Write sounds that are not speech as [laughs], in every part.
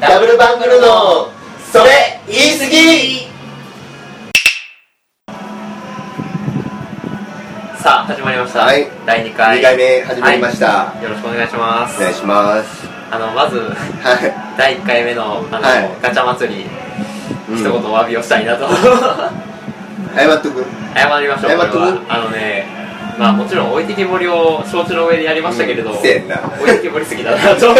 ダブルバングルのそれ言い過ぎさあ始まりました、はい第2回2回目始まりました、よろしくお願いしまおす願いしますあのまずは第1回目のあの、はいガチャ祭り、い、うん一言お詫びをしたいな [laughs] と謝っとく謝りましょうこれ謝っとくはあのねまあもちろん置いてきぼりを承知の上でやりましたけれど、うん置せやんないてきぼりすぎだな [laughs] と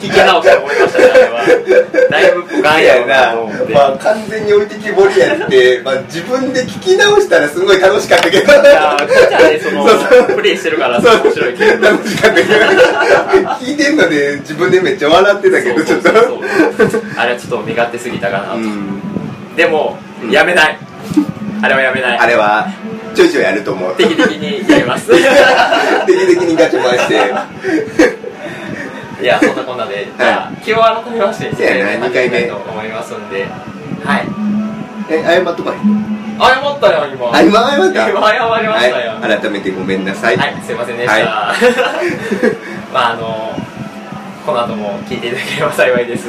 聞き直して思いましたねあれはだいぶ不甲せ斐ややななと思って、まあ完全に置いてきぼりやって、まあ、自分で聞き直したらすごい楽しかったけどいやーガチャでそのそうそうプレイしてるからそう面白いけど楽しかったけど聞いてんので自分でめっちゃ笑ってたけどちょっとそうそうそうあれはちょっと身勝手すぎたかなと、うんでも、うんやめないあれはやめないあれはちょいちょいやると思う定期的にやります定期的にガチャ回していやそんなこんなで、じゃあ気を改めましてそうやな二回目二回目と思いますんではい [laughs] え謝っとかへん謝ったよ今あ今謝っ今た謝りましたよはい、改めてごめんなさい、はいすいませんでした、は [laughs] まああのこの後も聞いていただければ幸いです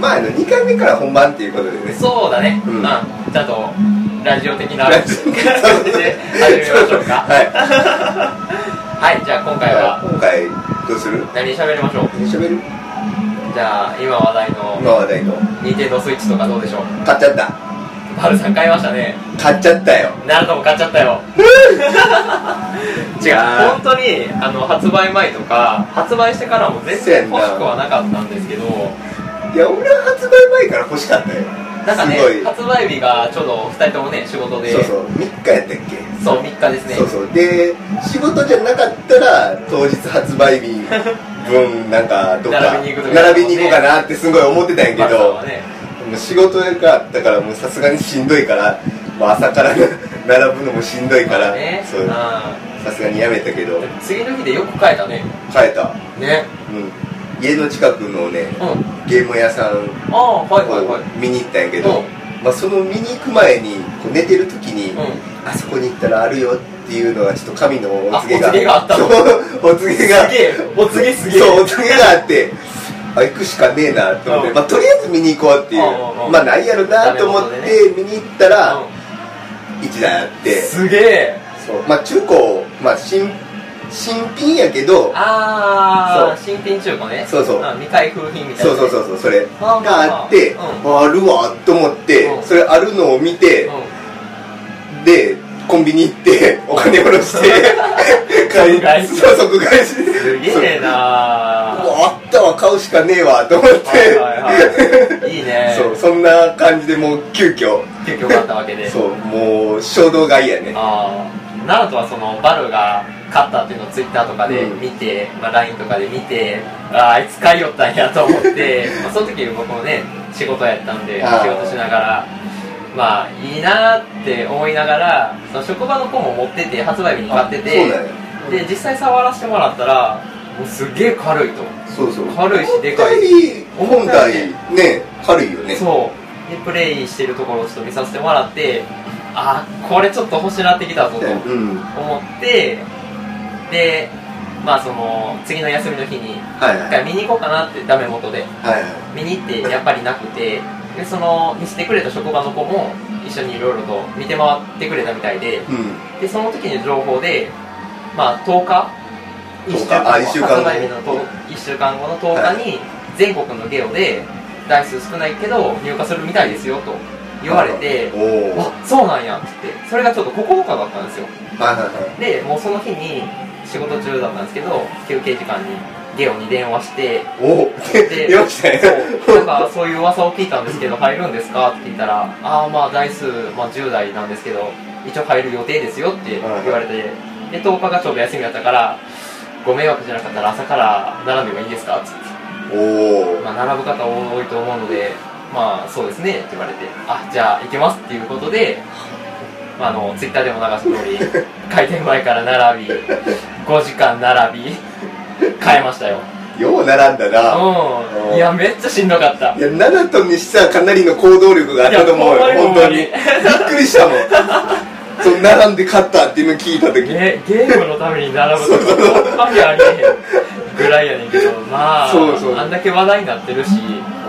まああの2回目から本番っていうことでねそうだね、ううんん、ちゃんとラジオ的なラ感ジじオで始めましょうかは [laughs] はいい、じゃあ今回は今回どうする何喋りましょう何喋るじゃあ今話題の今話題の任天堂スイッチとかどうでしょう買っちゃったパルさん買いましたね買っちゃったよナルトも買っちゃったよ違 [laughs] いやーう本当にあの発売前とか発売してからも全せやん然な欲しくはなかったんですけどいや俺は発売前から欲しかったよなんかねすごい発売日がちょうど2人ともね仕事でそうそう3日やったっけそう3日ですねそうそうで仕事じゃなかったら当日発売日分なんかどっか並びに行くとか並びに行こうかなってすごい思ってたんやけパルさんど、はねもう仕事があったからもうさすがにしんどいからもう朝から並ぶのもしんどいから、まあねそうさすがにやめたけどうん次の日でよく買えたね変えた、ねうん、家の近くのねうんゲーム屋さんをああはいはいはい見に行ったんやけうど、んまあ、その見に行く前にこう寝てる時に、うあそこに行ったらあるよっていうのはちょっと神のお告げあおが告げがあったのそうお告げがすげえお告げすげえそうお告げがあってあ行くしかねえなと思っうて、んまあ、とりあえず見に行こうっていううんうんうんまあないやろなと思っダメて見に行ったら、ん一台あってすげえそうまあ中古まあ新新品やけどああ新品中古ねそうそうあ未開封品みたいなそうそうそうそうそれがあってうんああるわと思ってうんそれあるのを見てうでコンビニ行って [laughs] お金下ろして買 [laughs] 即買いいそう即買いしてんすげえなそうもうあったわ買うしかねえわと思ってはいはいはいいいね [laughs] そうそんな感じでもう急遽結局買ったわけでそうもう衝動買いやねああナルトはそのバルが勝ったっていうのをツイッターとかでうん見て、まあ、LINE とかで見てあああいつ買いよったんやと思って [laughs] まあその時僕もね仕事やったんでああ仕事しながらまあいいなって思いながらその職場の子も持ってて発売日に買っててそうだよで実際触らせてもらったらもうすげえ軽いとそうそう軽いしでかい本体ね軽いよねそうでプレイしてるところをちょっと見させてもらってあこれちょっと欲しなってきたぞとうん思ってでまあその次の休みの日にはいはい一回見に行こうかなってダメ元ではいはい見に行ってやっぱりなくてでその見せてくれた職場の子も一緒にいろいろと見て回ってくれたみたいでうんでその時の情報でまあ10日10あ一週間後発売日の1週間後の10日に全国のゲオで台数少ないけど入荷するみたいですよと言われておおはあそうなんやっつってそれがちょっと9日だったんですよいはでもうその日に仕事中だったんですけど休憩時間にゲオに電話していはいおおで出ましたねそうなんかそういう噂を聞いたんですけど入るんですかって聞いたら「ああまあ台数、まあ、10台なんですけど一応入る予定ですよ」って言われて、で10日がちょうど休みだったから「ご迷惑じゃなかったら朝から並んでもいいですか?」っつって、おおまあ、並ぶ方多いと思うので「まあそうですね」って言われて「あじゃあ行けます」っていうことで。まあ、あのツイッターでも流した [laughs] 通り開店前から並び5時間並び変えましたよよう並んだなうんいやめっちゃしんどかったいやナナトンにしてはかなりの行動力があったと思うよいやほ本んま当ににびっくりしたもんその並んで勝ったっていうの聞いた時ゲゲームのために並ぶとかほんまにありえへんぐらいやねんけどまあそうそうあんだけ話題になってるし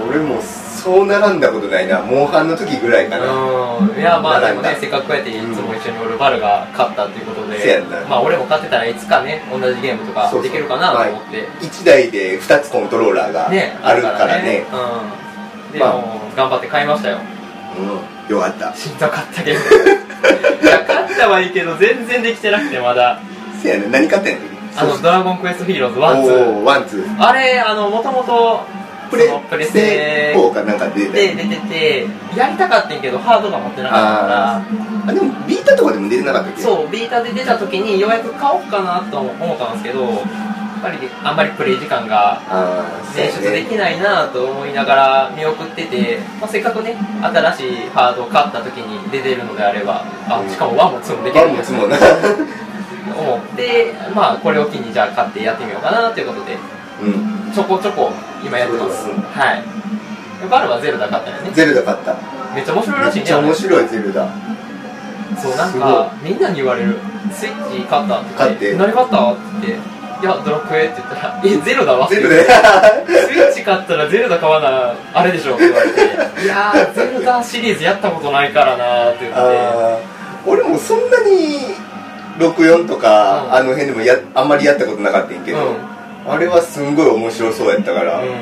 俺もそう並んだことないなモンハンの時ぐらいかなうんいやまあでも並んねだせっかくやっていつも一緒におるバルが勝ったっていうことせやでんなまあ俺も勝ってたらいつかね同じゲームとかそうそうできるかなと思って1台で2つコントローラーがねあるからねうんでまあも頑張って買いましたようんよかったしんどか [laughs] ったけどいや勝ったはいいけど全然できてなくてまだせやね何買ってんのあの「ドラゴンクエストヒーローズワンツ1」ーワンツー2あれあのもともとプレプレスステテ4かなんか出でて出ててやりたかったんやけどハードが持ってなかったからたあでもビータとかでも出てなかったっけうそうビータで出た時にようやく買おうかなと思ったんですけどやっぱりあんまりプレイ時間がああ捻出できないなと思いながら見送ってて、まあ、せっかくね新しいハードを買った時に出てるのであればあしかも1も2もできワるンんもでつすもな [laughs] 思ってまあこれを機にじゃあ買ってやってみようかなということでうんちょこちょこ今やってますそうですはいバルはゼルダ買ったよねゼルダ買っためっちゃ面白いらしいめっねちゃあれ面白いゼルダそうなんかみんなに言われる「スイッチ買った?」って買って何買った?」って言って「いやドラクエ」って言った [laughs] ら「えゼロだわ」ってゼルスダイッチ買ったらゼルダ買わなあれでしょ」って言われ [laughs] て「いやーゼルダシリーズやったことないからな」って言ってあー俺もそんなに64とか、うんあの辺でもやあんまりやったことなかったんやけど、うんあれはすんごい面白そうやったから、うんうん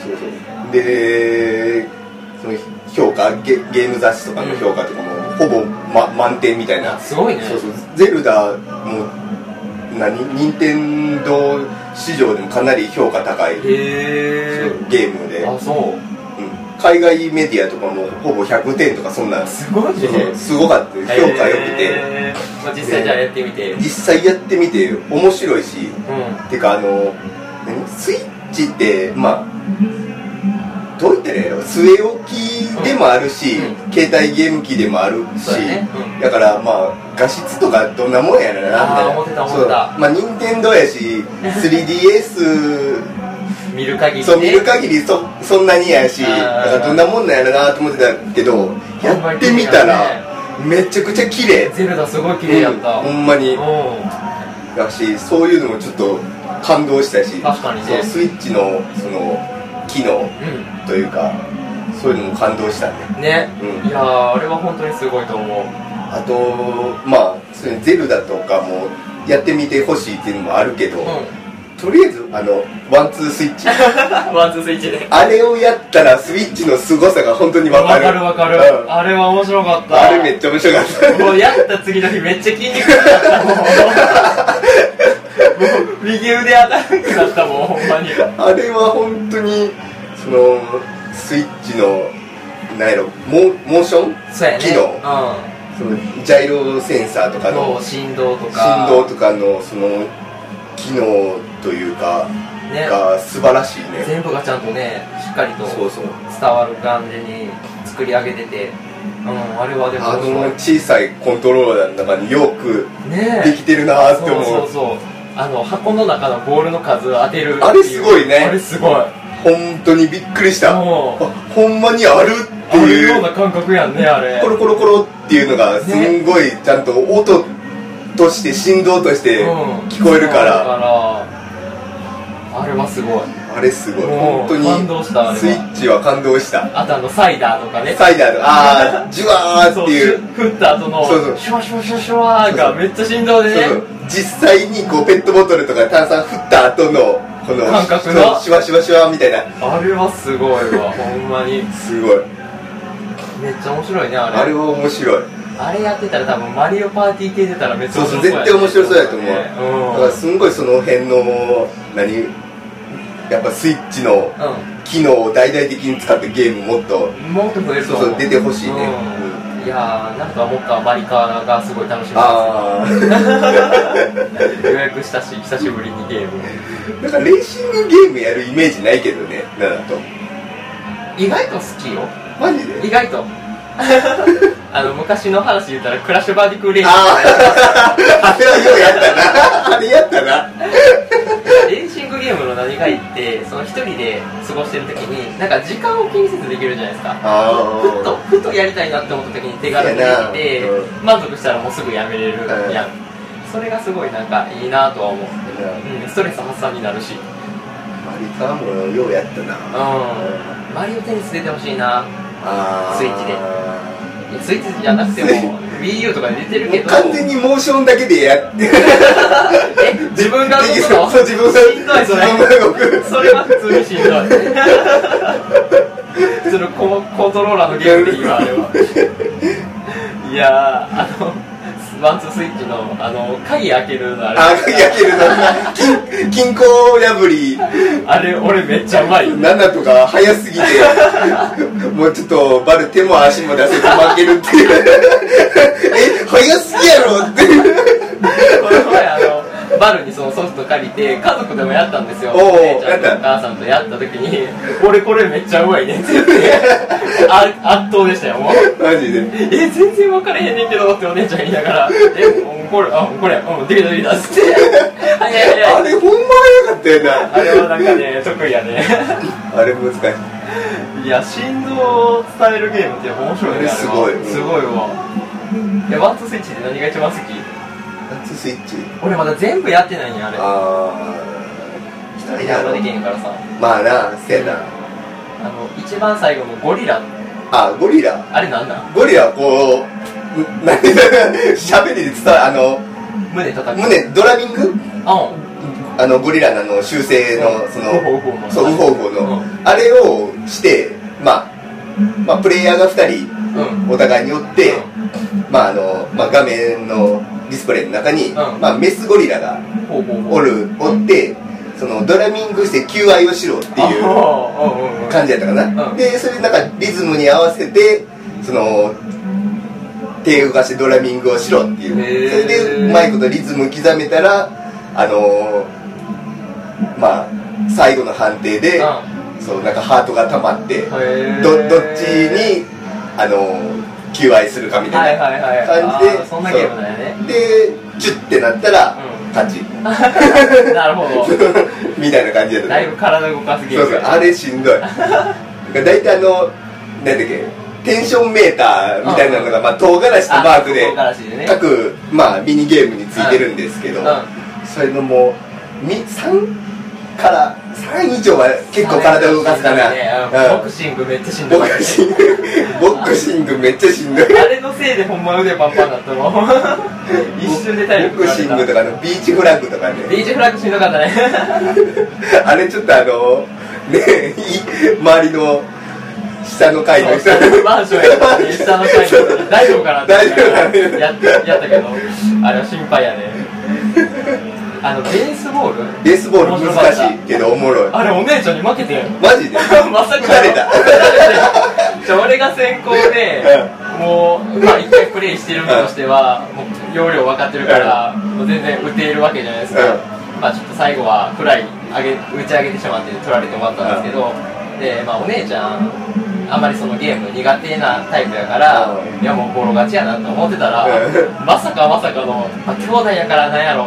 そうそうでその評価ゲゲーム雑誌とかの評価とかも、ほぼ、ま、満点みたいうんなすごいねそうそうゼルダも何任天堂市場でもかなり評価高いへえゲームで、あそううん海外メディアとかもほぼ100点とかそんなんすごいねすごかったよ評価良くて、へーまあ、実際じゃあやってみてうん実際やってみて面白いしてかあの何スイッチってまあどう言ったらいいの据え置きでもあるし、う携帯ゲーム機でもあるしそうだねうんだからまあ画質とかどんなもんやろなみたいなあー思ってた思ってたそうまあ任天 [laughs] 堂やし 3DS 見る限りねそう見る限りそそんなにやしあーなんかどんなもんなんやろなと思ってたけどやってみたらめちゃくちゃ綺麗ゼルダすごい綺麗やった、うんほんまにうんだしそういうのもちょっと感動したし確かにそねうスイッチのその機能うというかそういうのも感動したねんね、うんいやーあれは本当にすごいと思うあとまあそういうゼルダとかもやってみてほしいっていうのもあるけど、うとりあえずあのワンツースイッチんワンツースイッチであれをやったらスイッチの凄さが本当にわわかるかるわかる、うんあれは面白かったあれめっちゃ面白かっもうやった次の日めっちゃ筋肉痛だ [laughs] ったもんもう右腕当たらなくなったもんほんまにた [laughs] あれは本当にそのスイッチのなんやろモモーションそうやね機能そのジャイロセンサーとうかんのそう振動とか振動とかのその機能というかねが素晴らしいね全部がちゃんとねしっかりとそうそう伝わる感じに作り上げててうんあれはでもあ面の白い小さいコントローラーの中によくねえできてるなーってそ思ううそうそうあの箱の中のボールの数を当てるってうあれすごいねあれすごい本当にびっくりしたあもうほんまにあるってあるいよううな感覚やんねあれコロコロコロっていうのがすんごいちゃんと音として振動としてうん聞こえるかだかららあれはすごいあれすごいうん本当に感動したあれはスイッチは感動したあとあのサイダーとかねサイダーのああジュワーってそういう振った後のそうそうシュワシュワシュワシュワーがめっちゃ振動でねそうそう実際にこうペットボトルとか炭酸振った後のこの感覚のシュワシュワシュワみたいなあれはすごいわほんまにすごいめっちゃ面白いねあれあれは面白いあれやってたら多分マリオパーティー系出たらめっちゃそう面白そうそう絶やね対面白そうやと思うだからねすんごいその辺の何やっぱスイッチのうん、うん機能を大々的に使ったゲームもっともっと増えるとそう思うそう出てほしいねうんいやーなんかもっとマリカーがすごい楽しみああです予約したし久しぶりにゲームなんかレーシングゲームやるイメージないけどねナナと意外と好きよマジ意で外 [laughs] とあの昔の話言ったらクラッシュバーディクーレーシンあ [laughs] ああれはようやったなあれやったなグレーシングゲームの何がいいってその一人で過ごしてる時になんか時間を気にせずできるじゃないですかあふっとふっとやりたいなって思った時に手軽にできていやな満足したらもうすぐやめれるやんそれがすごいなんかいいなとは思うるなうん、ストレス発散になるし、うマリカもようやったな、ん、マリオテニス出てほしいなあースイッチでいやスイッチじゃなくてもスイ WiiU とかで出てるけもうど完全にモーションだけで [laughs] やってえ自分が動くのそう自分がしんどいそれ自分が動くそれは普通に [laughs] しんどいそのココントローラーのゲームでいいわあれはいやーあのワンツースイッチのあの鍵開けるのあれあやけるな金金庫破りあれ俺めっちゃうまい7とか早すぎてもうちょっとバル手も足も出せて負けるっていう [laughs] え早すぎやろってこの前あのバルにそのソフト借りて家族でもやったんですよおうおうお姉ちゃんとお母さんとやった時に「俺これめっちゃうまいね」って言ってあ [laughs] 圧倒でしたよもうマジでえ全然分からへんねんけどってお姉ちゃん言いながら「えもうこれあこれうんできたできた」っつって「はいはい [laughs] あはいれほんま早かったよなあれはなんかね得意やねあれ難しいいや振動を伝えるゲームって面白いねあれはすごいすごいわいやワンツースイッチで何が一番好き夏スイッチ俺まだ全部やってないんやあれあ一あ人であんまできへんからさまあなせやなあの一番最後のゴリラあゴリラあれなんなんゴリラはこう何 [laughs] 喋りで伝わあの胸叩く胸ドラミングあんあのゴリラのあの修正のそのウホウホのそうウホウホのうあれをしてまあまあプレイヤーが2人うんお互いによってまああのまあ画面のディスプレイの中にんまあメスゴリラがほうほうほうおるおってそのドラミングして求愛をしろっていうう感じやったかな、うんでそれでなんかリズムに合わせてその手を動かしてドラミングをしろっていう、へーそれでうまいことリズム刻めたらあのーまあ最後の判定で、そうなんかハートが溜まって、へーどどっちにあのー求愛するかみはたいいな、はいはい感じであーそんなゲームだよねでチュッてなったら、うん勝ち [laughs] なるほどみたいな感じやっただいぶ体動かすゲーそうムそうやあれしんどいだから大体あのなんだっけテンションメーターみたいなのが、まあ、唐辛子とマークあで唐辛子でね各、まあ、ミニゲームについてるんですけど、うんうんそれのもうみ3から3以上は結構体動かすかな、ねうんボクシングめっちゃしうんんどボかったクシングボク [laughs] シングめっちゃしんどいあれのせいでほんま腕パンパンだったの [laughs] 一瞬で体力ボクシングとかのビーチフラッグとかね DJ フラッグしんどかったねあれちょっとあのねい周りの下の階の人マンションやったのに下の階に大丈夫かなって大丈夫かなやってやったけどあれは心配やねあのベースボールベースボー面ル白か難ったしいけどおもろいあれお姉ちゃんに負けてんマジで [laughs] まさか誰だ [laughs] じゃあ俺が先行で、もう、まあ、一回プレイしてる身としては、もう容量分かってるから、もう全然打てるわけじゃないですか、うんまあちょっと最後はフライ上げ打ち上げてしまって取られて終わったんですけど、でまあ、お姉ちゃんあんまりそのゲーム苦手なタイプやから、ういんやもうボロ勝ちやなと思ってたら、うんまさかまさかの、まあ、兄弟やからなんやろ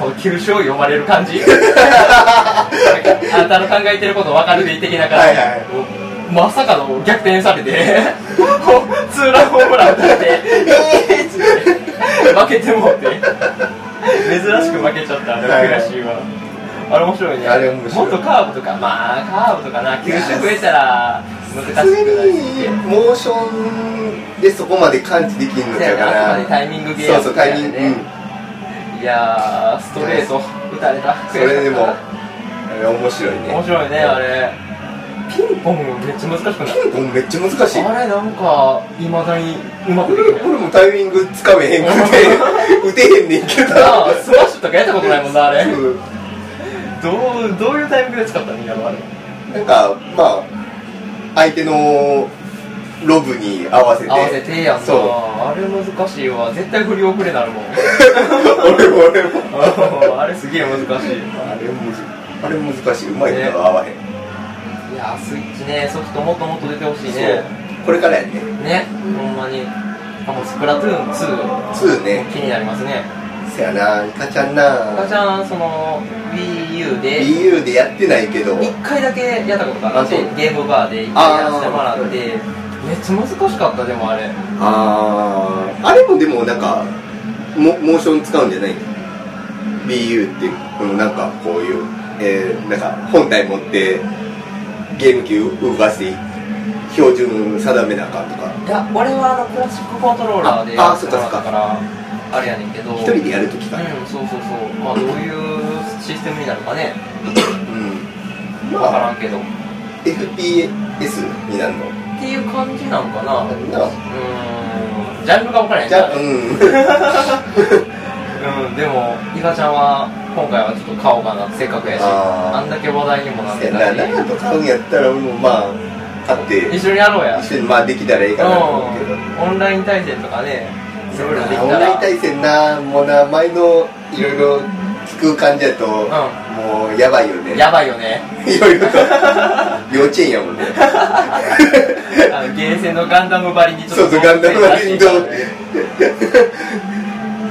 この急所を読まれる感じあなたの考えてること分かるで的な感じ、はいはいまさかの逆転されて、 [laughs] こうツーランホームラン打たれ [laughs] て、えーっつって、負けてもうて、珍しく負けちゃった、あれは悔しいわ。あれ面白いね。あれ面白もいっとカーブとか、まあ、カーブとかな、球種増えたら難しくな普る通し。にモーションでそこまで感知できんのせちゃやうかな、あくまなでタイミングゲームそうそうタイミング、みたいなうんねいやー、ストレート打たれた。それで悔しかもっあれ面白いた面ね白いね、あれ。ピンポンめっちゃ難しくないピンポンめっちゃ難しいあれなんか、いまだにうまくできない。俺もタイミングつかめへんくて打てへんねんけどなあスマッシュとかやったことないもんなあれどうんうどういうタイミングで使ったんやろあれなんかまあ相手のロブに合わせて合わせてやんなそう [laughs] あれ難しいわ絶対振り遅れなるもん俺も俺もあれすげえ難しいあれむずあれ難しいうまいことが合わへん、いやースイッチねソフトもっともっと出てほしいそうねこれからやねねほんまにあもうスプラトゥーン2 2ね気になりますねせやなイカちゃんな赤ちゃんその WiiU で EU でやってないけど一回だけやったことがあってあそうゲームバーで一回やらせてもらってめっちゃ難しかったでもあれあーあれもでもなんかモモーション使うんじゃないの BU ってうん、なんかこういう、えーなんか本体持ってゲーム機動かして標準定めなあかんとかいや俺はあのクラシックコントローラーであやあってもらったからあれやねんけど一人でやるときかなうんそうそうそうまあどういうシステムになるかねうん分からまあんけどっ FPS になるのていう感じなんかなうなんだーんジャンルが分からへんじなゃあうん [laughs] うんでもイカちゃんは今回はちょっと買おうかなせっかくやしあーあんだけ話題にもなってたなしなんと買うんやったらもうまあ買って一緒にやろうや一緒にまあできたらいいかなと思うけどうんオンライン対戦とかねいろいろできオンたラインら対戦なもうな前のいろいろ聞く感じだと、もうやばいよねやばいよねいろいろと幼稚園やもんねあのゲーセンのガンダムばりにちょっとそうそうガンダムの林道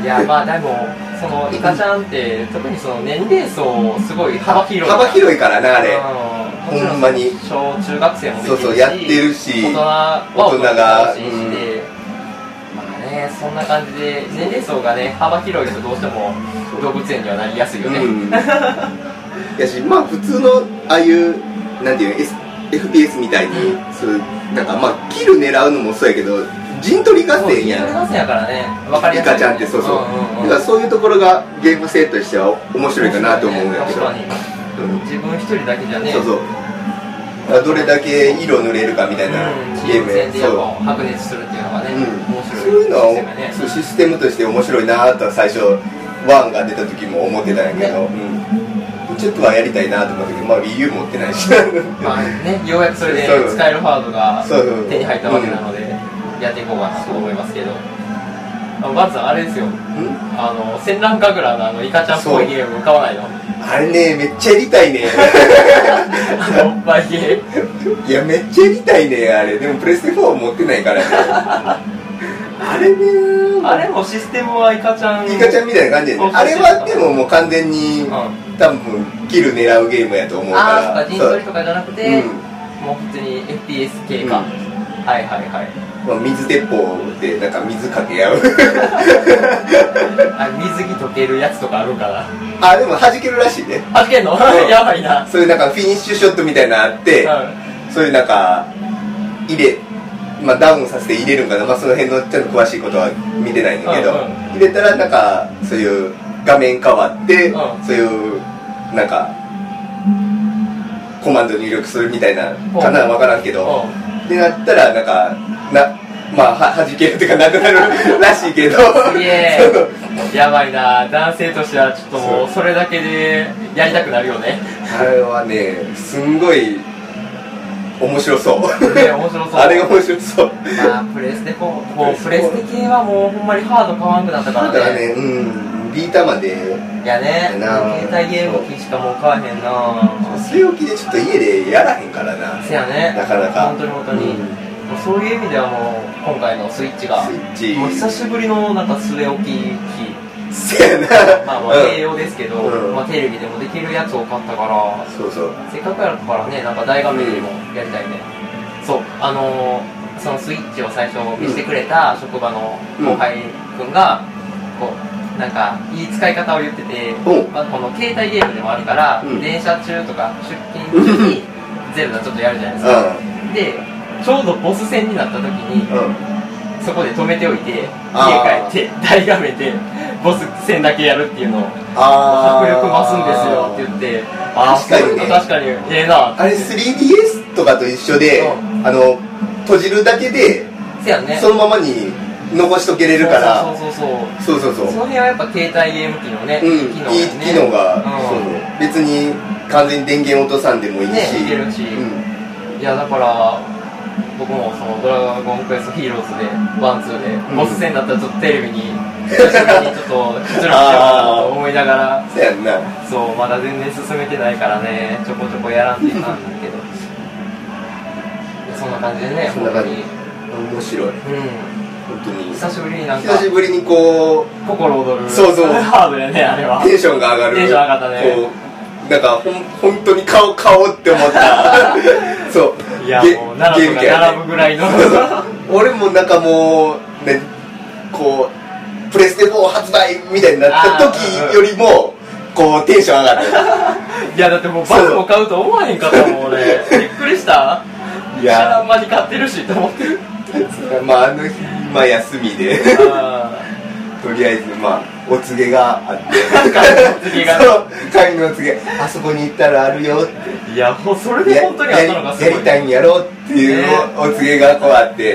いやまあでもそのイカちゃんって特にその年齢層すごい幅広い幅広いからなあれうんほんまにもちろん小中学生もできそるうしそうやってるし大人は大人だしして、まあねそんな感じで年齢層がね幅広いとどうしても動物園にはなりやすいよね、うんやしまあ普通のああいうなんていうの、S、FPS みたいにそういうなんかまあキル狙うのもそうやけど陣取り合戦やん合戦やからね分かりリやすいカちゃんってそうそんうう、んだからそういうところがゲーム性としては面白いかなと思うんやけど、確かにうん自分一人だけじゃねそうそうあどれだけ色塗れるかみたいなうんチゲーームム戦やでそやっう、ぱ白熱するっていうのがね、うん面白いそういうのはシステムやねそうシステムとして面白いなとは最初ワンが出た時も思ってたんやけど、うんちょっとはやりたいなと思ったけどまあ WiiU 持ってないしまあね、ようやくそれでそうそう使えるハードがそうそう手に入ったわけなので、やっていこうかなと思いますけど、あバズさん、あれですよ、うんあの戦乱神楽のあのイカちゃんっぽいゲーム買わないの、ああれねめっちゃやりた [laughs] いねのバイゲー、いやめっちゃやりたいねあれでもプレステ4持ってない [laughs] からねあれねあれもシステムはイカちゃん、イカちゃんみたいな感じやねあれはでももう完全に、うん、多分キル狙うゲームやと思うからあー、とか、陣取りとかじゃなくて、うんもう普通に FPS 系か、うんはいはいはい、まあ、水鉄砲でなんか水かけ合う [laughs] あ水着溶けるやつとかあるから、あでも弾けるらしいねあ、溶けんの、ん [laughs] やばいな。そういうなんかフィニッシュショットみたいなのあって、うんそういうなんか入れまあダウンさせて入れるんかなまあその辺のちょっと詳しいことは見てないんだけど、うんうん入れたらなんかそういう画面変わって、うんそういうなんかコマンド入力するみたいなかなうんわからんけど、うんってなったらなんかなまあは弾けるっていうかなくなるらしいけどすげえやばいな男性としてはちょっともうそれだけでやりたくなるよね [laughs] [laughs] あれはねすんごい面白そうね面白そうあれが面白そうまあプレステ4もうプレステ系はもうほんまにハード買わんくなったかだらからねねうんビータまでいやねなあ携帯ゲーム機しかもう買わへんな据え置きでちょっと家でやらへんからなせやねなかなか本当に本当に、うんもうそういう意味ではもう今回のスイッチがスイッチもう久しぶりのなんか据え置き機せやなまあまあうん栄養ですけど、うんまあテレビでもできるやつを買ったからそうそうせっかくやからね、なんか大学でもやりたいね。そう、あのー、そのスイッチを最初見せてくれた職場の後輩くんが、こう、なんか、いい使い方を言ってて、おまあ、この携帯ゲームでもあるから、うん電車中とか出勤中にゼルダちょっとやるじゃないですか。で、ちょうどボス戦になった時に、うんうんそこで止めておいて、家帰あーって大画面でボス戦だけやるっていうのを。あ迫力増すんですよって言ってあー確かにそねういうの確かにええなあれ 3DS とかと一緒で、うあの閉じるだけで、せやねそのままに残しとけれるからそうそうそうそうそうそそううその辺はやっぱ携帯ゲーム機のね、うん、機能いい機能が、うんそう別に完全に電源落とさんでもいいし、ねいけるしうん、いやだから僕もそのドラゴンクエストヒーローズでワンツーうでんボス戦だったらちょっとテレビに久しぶりにちょっと出力しようかなと思いながらそうやんなそうまだ全然進めてないからねちょこちょこやらんっていう感じだけどいやそんな感じでねそん本な当感じに面白ういん本当に久しぶりになんか久しぶりにこ心躍るそうそうハードやねあれはうテンションが上がるテンション上がったねこうなんかほん本当に顔顔って思った [laughs] そういやゲもう奈良と元か気やね並ぶぐらいの [laughs] そうそう俺もなんかもうねこうプレステ4発売みたいになった時よりもこうテンション上がっていやだってもうバスも買うと思わへんかったもん俺びっくりしたい知らやん間に買ってるしと思って [laughs] まああの日まあ休みで [laughs] あとりあえずまあお告げがあってー買いの次が [laughs] そう帰りのお告げあそこに行ったらあるよっていやもうそれで本当にあったのがすやごりいやりたいんやろっていうねおお告げがこうあって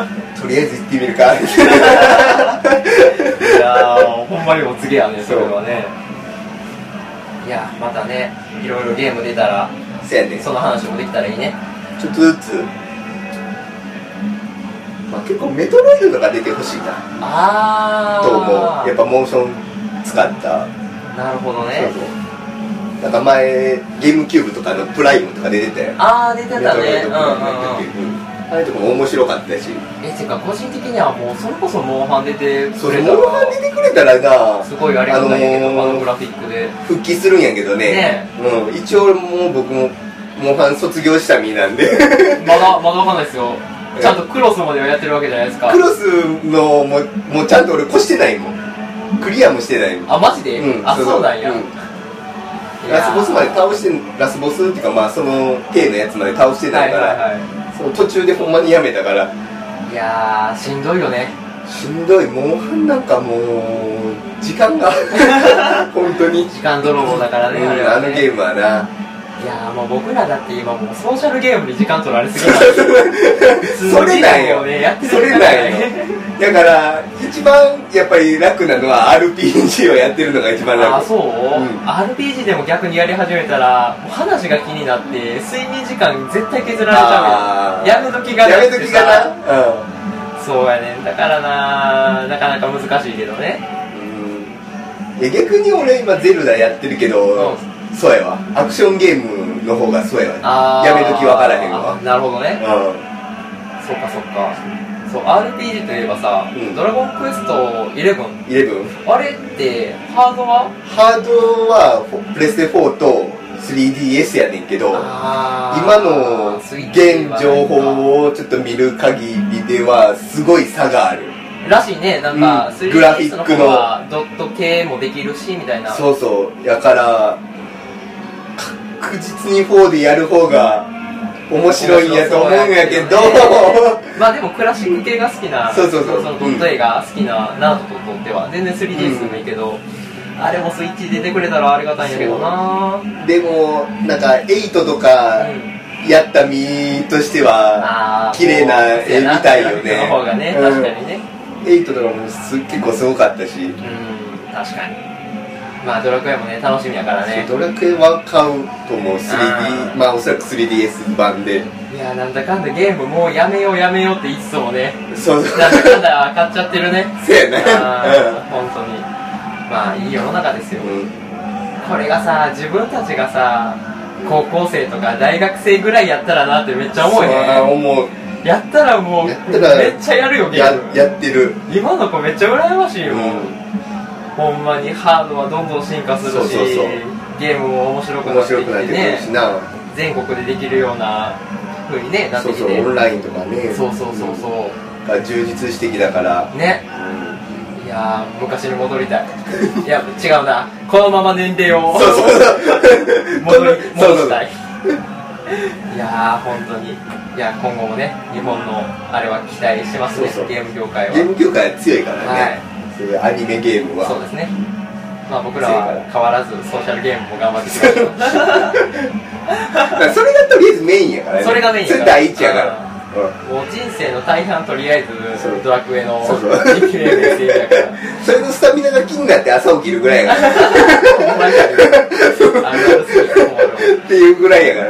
[laughs] とりあえず行ってみるか [laughs] っていやーほんまにお告げやねそれはねいやまたねいろいろゲーム出たらそうやねその話もできたらいいねちょっとずつ、まあ、結構メトロイドとか出てほしいなああと思うやっぱモーション使ったなるほどねそうそうなんか前ゲームキューブとかのプライムとか出てたよああ出てたねうんうんうんメトロイドプライムの時うんあれとかも面白かったしえてか個人的にはもうそれこそモンハン出てそくれれモたンハン出てくれたらなすごいありがたいんやけど、ああののーグラフィックで復帰するんやけどねねうん、一応もう僕もモンハン卒業した身な [laughs] んでまだまだわかんないですよちゃんとクロスまではやってるわけじゃないですかクロスのももうちゃんと俺越してないもんクリアもしてないもんあマジで、うんあそうなんや,いうんやー、ラスボスまで倒してラスボスっていうかまあその K のやつまで倒してはないいかはら、いはその途中でほんまにやめたからいいやーしんどいよねしんどいモンハンなんかもう時間 [laughs] が本当に時間泥棒だからね、うんあれあはねのゲームは [laughs] ないやーもう僕らだって今もうソーシャルゲームに時間取られすぎなんですよそれなん普通のゲーよムをねやってそるれかならんねよだから一番やっぱり楽なのは RPG をやってるのが一番あ楽そう、ん RPG でも逆にやり始めたらもう話が気になって睡眠時間絶対削られちゃあうーよやめ時がなやめくて時さがなうんそうやねんだからななかなか難しいけどねうんいや逆に俺今ゼルダやってるけど、そうやわアクションゲームの方がそうやあわーやめとき分からへんわなるほどねうそっかそっかそう RPG といえばさ、うんドラゴンクエスト11ん11あれってハードはハードはプレステ4と 3DS やねんけど今の現情報をちょっと見る限りではすごい差があるらしいねなんか、うん 3DS グラフィックの方はドット系もできるしみたいなそうそうやから確実に4でやる方が面白いんやと思うんやけど面白そうやまあでもクラシック系が好きなそうそうそうそのドット絵が好きなナートととっては全然 3DS でもいいけど、あれもスイッチ出てくれたらありがたいんやけどなでもなんか8とかやった身としてはあー綺麗な絵みたいよねそうやなの方がね、うん確かにね8とかもす結構すごかったし、うん確かにまあドラクエもね楽しみやからねドラクエは買うと思うあー 3D まあおそらく 3DS 版でいやなんだかんだゲームもうやめようやめようって言いつつもねそうそうなんだかんだ買っちゃってるね [laughs] せやあ [laughs] ねー本当にまあいい世の中ですよ、うんこれがさ自分たちがさ高校生とか大学生ぐらいやったらなってめっちゃ思うよねそう思うやったらもうやったらめっちゃやるよゲやームやってる今の子めっちゃ羨ましいよ、うんほんまにハードはどんどん進化するしそうそうそうゲームも面白くな面って白きくなっててくるねしな全国でできるような風にねなっそてうきてそうオンラインとかねそうそうそうそうんが充実してきたからうねいやー昔に戻りたいいや違うなこのまま年齢をそうそうそう戻りそうそう戻したいいやー本当にいや今後もね日本のあれは期待してますねそうそうゲーム業界はゲーム業界は強いからはいねそういうアニメゲームはそうですねまあ僕らは変わらずソーシャルゲームも頑張っていきましょうだからそれがとりあえずメインやからねそれがメインやそかられ第一やからうんもう人生の大半とりあえそうずドラクエのそうそう人気レベルでやから [laughs] それのスタミナが気になって朝起きるぐらい [laughs] やからほんまにあるあるあるすぎるほんまにっていうぐらいやから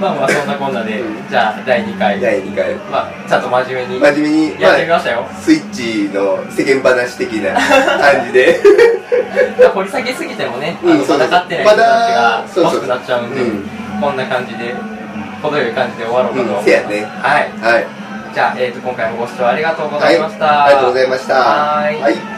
まあまあそんなこんなでうんじゃあ第2回第2回まあちゃんと真面目に真面目に、やってみましたよ、スイッチの世間話的な感 [laughs] じでまあ掘り下げすぎてもね、あうんのそうまそだ勝うってない人たちまだがそうそう欲しくなっちゃうんで、うんこんな感じで、程よい感じで終わろうかと思います。うんせやねはい。はいじゃあ、えーと、今回もご視聴ありがとうございました。ありがとうございましたはーいはい